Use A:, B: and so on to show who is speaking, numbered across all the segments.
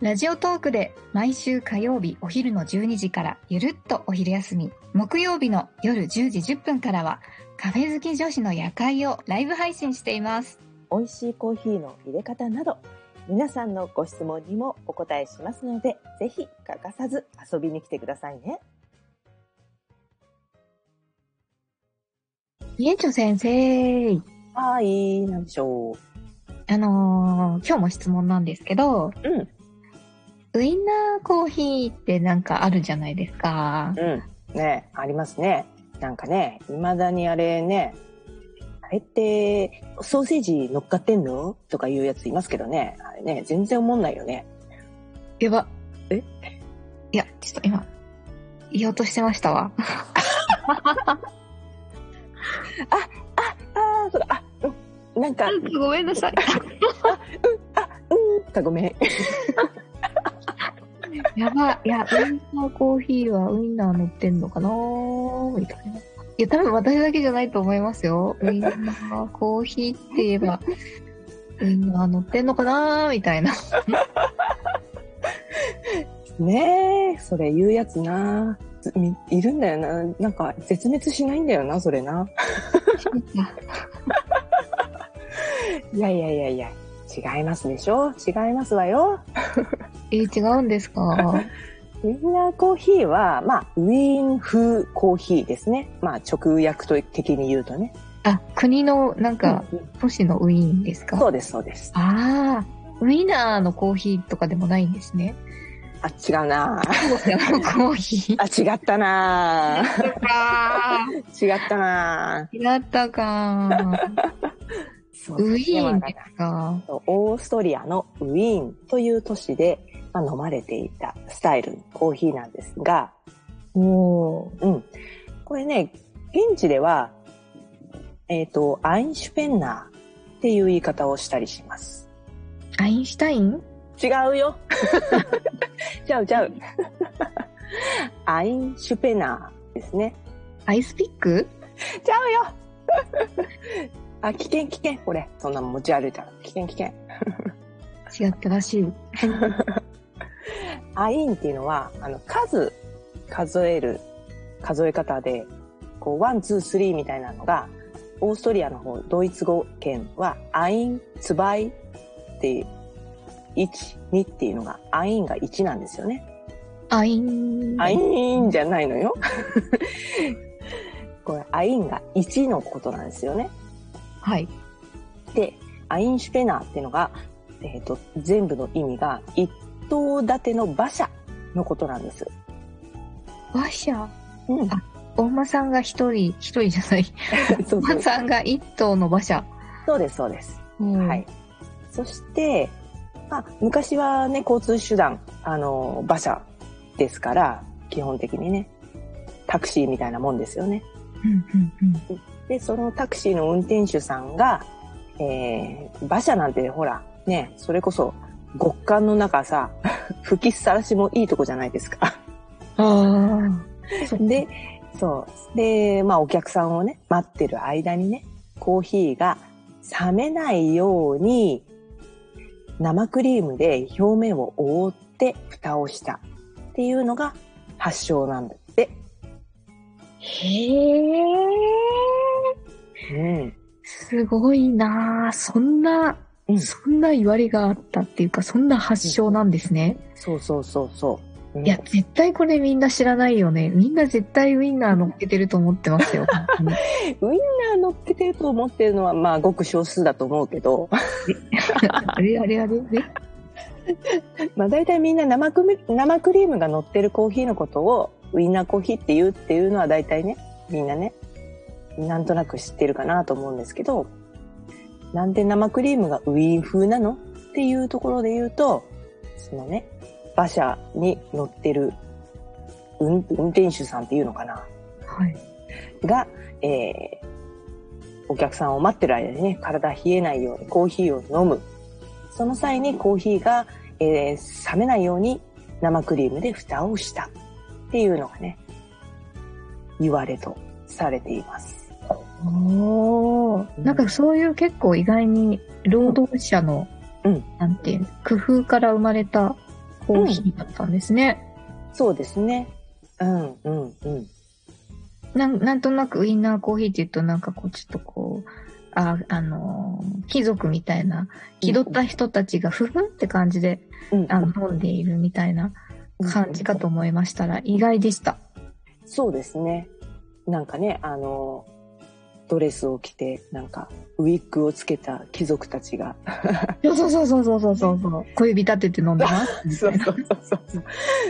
A: ラジオトークで毎週火曜日お昼の12時からゆるっとお昼休み、木曜日の夜10時10分からは、カフェ好き女子の夜会をライブ配信しています。
B: 美味しいコーヒーの入れ方など皆さんのご質問にもお答えしますのでぜひ欠かさず遊びに来てくださいね。
A: みえちょ先生。
B: はい、なんでしょ
A: あのー今日も質問なんですけど、
B: う。うん、
A: ウインナーコーヒーってなんかあるじゃないですか。
B: うん。ねありますね。なんかね、未だにあれね、あれって、ソーセージ乗っかってんのとかいうやついますけどね。あれね、全然思んないよね。
A: やば。
B: え
A: いや、ちょっと今、言おうとしてましたわ。
B: ああ、そうだ、あ、うん、なんか、うん、
A: ごめんなさい。
B: あごめん。
A: やば。いや、ウインナーコーヒーはウインナー乗ってんのかなみたいな。いや、多分私だけじゃないと思いますよ。ウインナーコーヒーって言えば、ウインナー乗ってんのかなみたいな。
B: ねえ、それ言うやつな。ずみいるんだよな。なんか、絶滅しないんだよな、それな。いやいやいやいや、違いますでしょ違いますわよ。
A: え、違うんですか
B: ウィンナーコーヒーは、まあ、ウィーン風コーヒーですね。まあ、直訳的に言うとね。
A: あ、国の、なんか、都市のウィーンですか
B: そうです、そうです。
A: ああ、ウィナーのコーヒーとかでもないんですね。
B: あ、違うなぁ
A: コーヒー。
B: あ、違ったなぁ
A: あ
B: 違ったなぁ
A: ー、だった か。
B: そう
A: ウィーン
B: で
A: で
B: もなんか
A: すか。
B: オーストリアのウィーンという都市で、まあ、飲まれていたスタイルのコーヒーなんですが、
A: おー
B: うん。これね、現地では、えっ、と、アインシュペンナーっていう言い方をしたりします。
A: アインシュタイン
B: 違う よ。ちゃうちゃう。アインシュペナーですね。
A: アイスピック
B: ちゃうよ。 あ、危険危険。これ。そんなの持ち歩いたら。危険危険。
A: 違ったらしい。
B: アインっていうのは、あの、数、数える、数え方で、こう、ワン、ツー、スリーみたいなのが、オーストリアの方、ドイツ語圏は、アイン、ツバイって、1、2っていうのが、アインが1なんですよね。
A: アイン。
B: アインじゃないのよ。 これ、アインが1のことなんですよね。
A: はい。
B: で、アインシュペナーっていうのが、えっ、と、全部の意味が、一等立ての馬車のことなんです。
A: 馬車。
B: うん
A: あお馬さんが一人、一人じゃ ない。
B: そう
A: お
B: そう
A: 馬さんが一頭の馬車。
B: そうです、そうです。は。。
A: はい
B: そして、まあ、昔はね、交通手段、あの、馬車ですから、基本的にね、タクシーみたいなもんですよね。
A: うんうんうん。
B: で、そのタクシーの運転手さんが、えー、馬車なんてほら、ね、それこそ、極寒の中さ、 吹きさらしもいいとこじゃないですか。
A: ああ。
B: で、、そう。で、まあお客さんをね、待ってる間にね、コーヒーが冷めないように、生クリームで表面を覆って蓋をしたっていうのが発祥なんだって。
A: へえ。
B: うん。
A: すごいなあそんな、
B: うん
A: そんな言われがあったっていうか、そんな発祥なんですね。
B: そうそうそうそう。うん
A: いや、絶対これみんな知らないよね。みんな絶対ウインナー乗っけてると思ってます よ。本当に
B: ウインナー乗っけてると思ってるのは、まあ、ごく少数だと思うけど、
A: あれあれあれあれ
B: まあ、大体みんな生クミ生クリームが乗ってるコーヒーのことを、ウインナーコーヒーって言うっていうのは大体ね、みんなね、なんとなく知ってるかなと思うんですけど、なんで生クリームがウィーン風なのっていうところで言うと、そのね、馬車に乗ってる運運転手さんっていうのかな。
A: はい。
B: が、えーお客さんを待ってる間にね、体冷えないようにコーヒーを飲む。その際にコーヒーが、えー冷めないように生クリームで蓋をした。っていうのがね、言われとされています。
A: おお、なんかそういう結構意外に労働者の、
B: うん
A: なんていうの工夫から生まれたコーヒーだったんですね。
B: そうですね。うん、うん、うん。
A: なんなんとなくウインナーコーヒーって言うとなんかこうちょっとこう、あ、あのー貴族みたいな、気取った人たちがふふんって感じで、
B: うん、
A: あの、飲んでいるみたいな感じかと思いましたら、意外でした。
B: そうですね。なんかね、あの、ドレスを着て、なんか、ウィッグをつけた貴族たちが、
A: そうそうそうそうそうそうそう。小指立てて飲んでます。みた
B: そ
A: いうな
B: そうそうそうそう。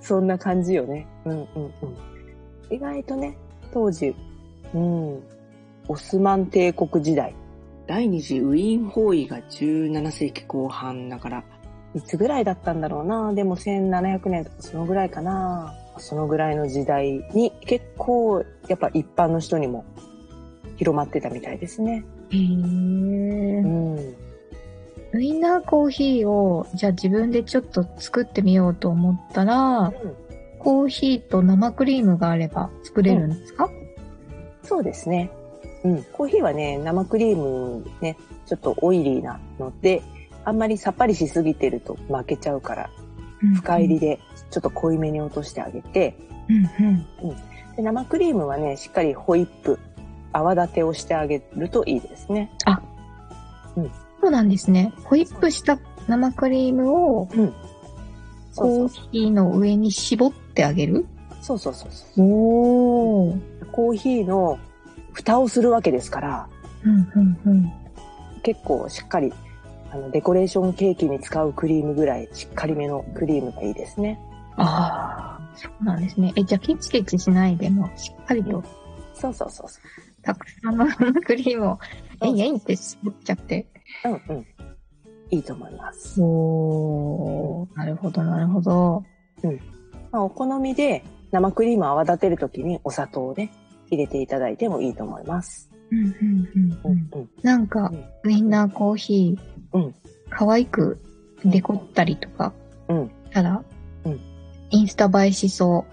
B: そんな感じよね。うんうんうん。意外とね、当時、うん、オスマン帝国時代、
C: 第二次ウィーン包囲が17世紀後半だから、
B: いつぐらいだったんだろうな。でも1700年とかそのぐらいかな。そのぐらいの時代に結構、やっぱ一般の人にも広まってたみたいですね。
A: へー
B: うん。
A: ウインナーコーヒーを、じゃあ自分でちょっと作ってみようと思ったら、コーヒーと生クリームがあれば作れるんですか、
B: そうですね。うん。コーヒーはね、生クリームね、ちょっとオイリーなので、あんまりさっぱりしすぎてると負けちゃうから、深入りでちょっと濃いめに落としてあげて、
A: うんうん。
B: で生クリームはね、しっかりホイップ、泡立てをしてあげるといいですね。
A: そうなんですね。ホイップした生クリームを
B: うん。そ
A: コ
B: うそ
A: ー
B: う
A: ヒーの上に絞ってあげる
B: そうそうそうそ
A: おー。
B: う。コーヒーの蓋をするわけですから、
A: うんうんうん。
B: 結構しっかり、あの、デコレーションケーキに使うクリームぐらいしっかりめのクリームがいいですね。
A: ああ、そうなんですね。え、じゃあケチケチしないでも、しっかりと
B: そうそうそうそ
A: たくさんの 生クリームを、
B: う。
A: えいえいって絞っちゃって。
B: うんうん。いいと思います。
A: おー、なるほど、なるほど。
B: まあ、お好みで生クリームを泡立てるときにお砂糖をね、入れていただいてもいいと思います。
A: うんうんうんうん、
B: うん
A: なんか、ウインナーコーヒー、
B: うん
A: 可愛くデコったりとか、
B: うん
A: たら、
B: うん
A: インスタ映えしそ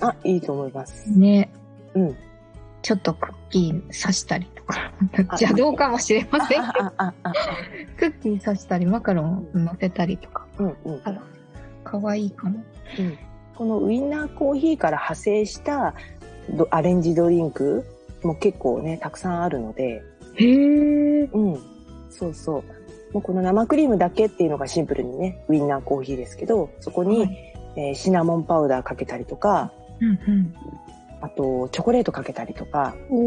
B: あ、いいと思います。
A: う。ね。
B: うん。
A: ちょっとクッキー刺したりとか。
B: あ
A: 邪道かもしれませんけ
B: あ、あ、あ、
A: ど、 クッキー刺したり、マカロン乗せたりとか。
B: うん、うん。
A: あら、可愛いかも。
B: このウインナーコーヒーから派生したどアレンジドリンクも結構ね、たくさんあるので、
A: へー。
B: うん。そうそう。もうこの生クリームだけっていうのがシンプルにね、ウインナーコーヒーですけど、そこに、
A: はい
B: えーシナモンパウダーかけたりとか、
A: うん
B: あとチョコレートかけたりとか、
A: うん。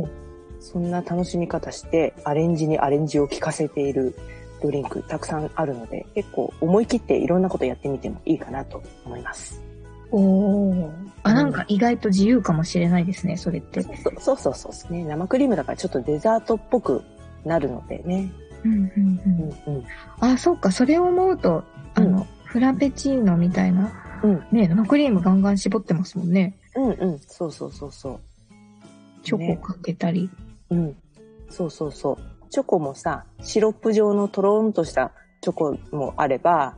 A: おー。
B: そんな楽しみ方して、アレンジにアレンジを効かせているドリンクたくさんあるので、結構思い切っていろんなことやってみてもいいかなと思います。
A: おー。あ、なんか意外と自由かもしれないですね、それって。
B: そそうそうそうですね。生クリームだからちょっとデザートっぽくなるのでね。
A: うんうんうん。
B: うんうん。
A: あ、そうか、それを思うと、あの、
B: う
A: フラペチーノみたいな、
B: うん
A: ね、生クリームガンガン絞ってますもんね。
B: うんうん。そうそうそうそう。
A: チョコかけたり。
B: うん。そうそうそう。チョコもさ、シロップ状のとろんとしたチョコもあれば、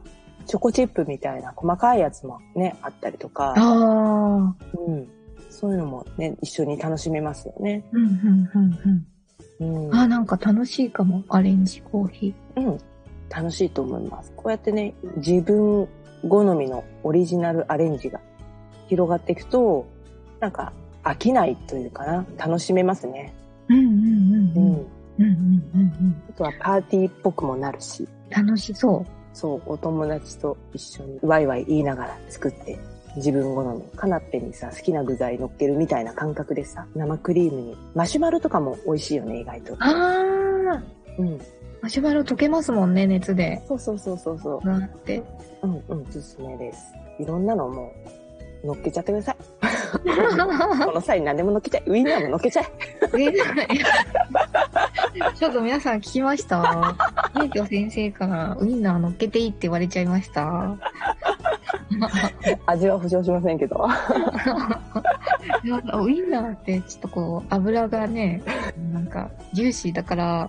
B: チョコチップみたいな細かいやつもね、あったりとか、
A: ああ、
B: うん、そういうのもね、一緒に楽しめますよね。
A: うんうんうん
B: うん
A: うん。あ、なんか楽しいかも、アレンジコーヒ
B: うん、楽しいと思います。こうやってね、自分好みのオリジナルアレンジが広がっていくと、なんか飽きないというかな、楽しめますね。
A: ー。うんうんう
B: うん
A: うん。
B: ん。
A: うんうんうんうん。
B: あとはパーティーっぽくもなるし、
A: 楽しそう。
B: そう、お友達と一緒にワイワイ言いながら作って、自分好み、カナッペにさ、好きな具材乗っけるみたいな感覚でさ、生クリームに、マシュマロとかも美味しいよね、意外と。
A: ああ、
B: うん。
A: マシュマロ溶けますもんね、熱で。
B: そうそうそうそうそう。
A: な って。
B: うんうん、おすすめです。いろんなのもう乗っけちゃってください。この際何でも乗っけちゃえ。ウインナーも乗っけち ゃえ。
A: え ちょっと皆さん聞きましたゆうきょ先生からウインナー乗っけていいって言われちゃいました。
B: 味は保証しませんけど。
A: いやウインナーってちょっとこう、油がね、なんか、ジューシーだから、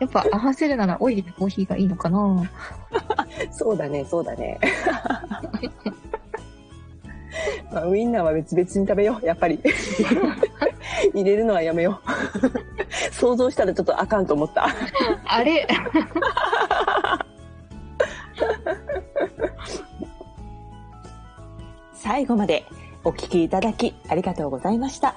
A: やっぱ合わせるならオイルとコーヒーがいいのかな
B: そうだね、そうだね。 まあ、ウインナーは別々に食べよう、やっぱり。 入れるのはやめよう。 想像したらちょっとあかんと思った。
A: あれ
B: 最後までお聞きいただきありがとうございました。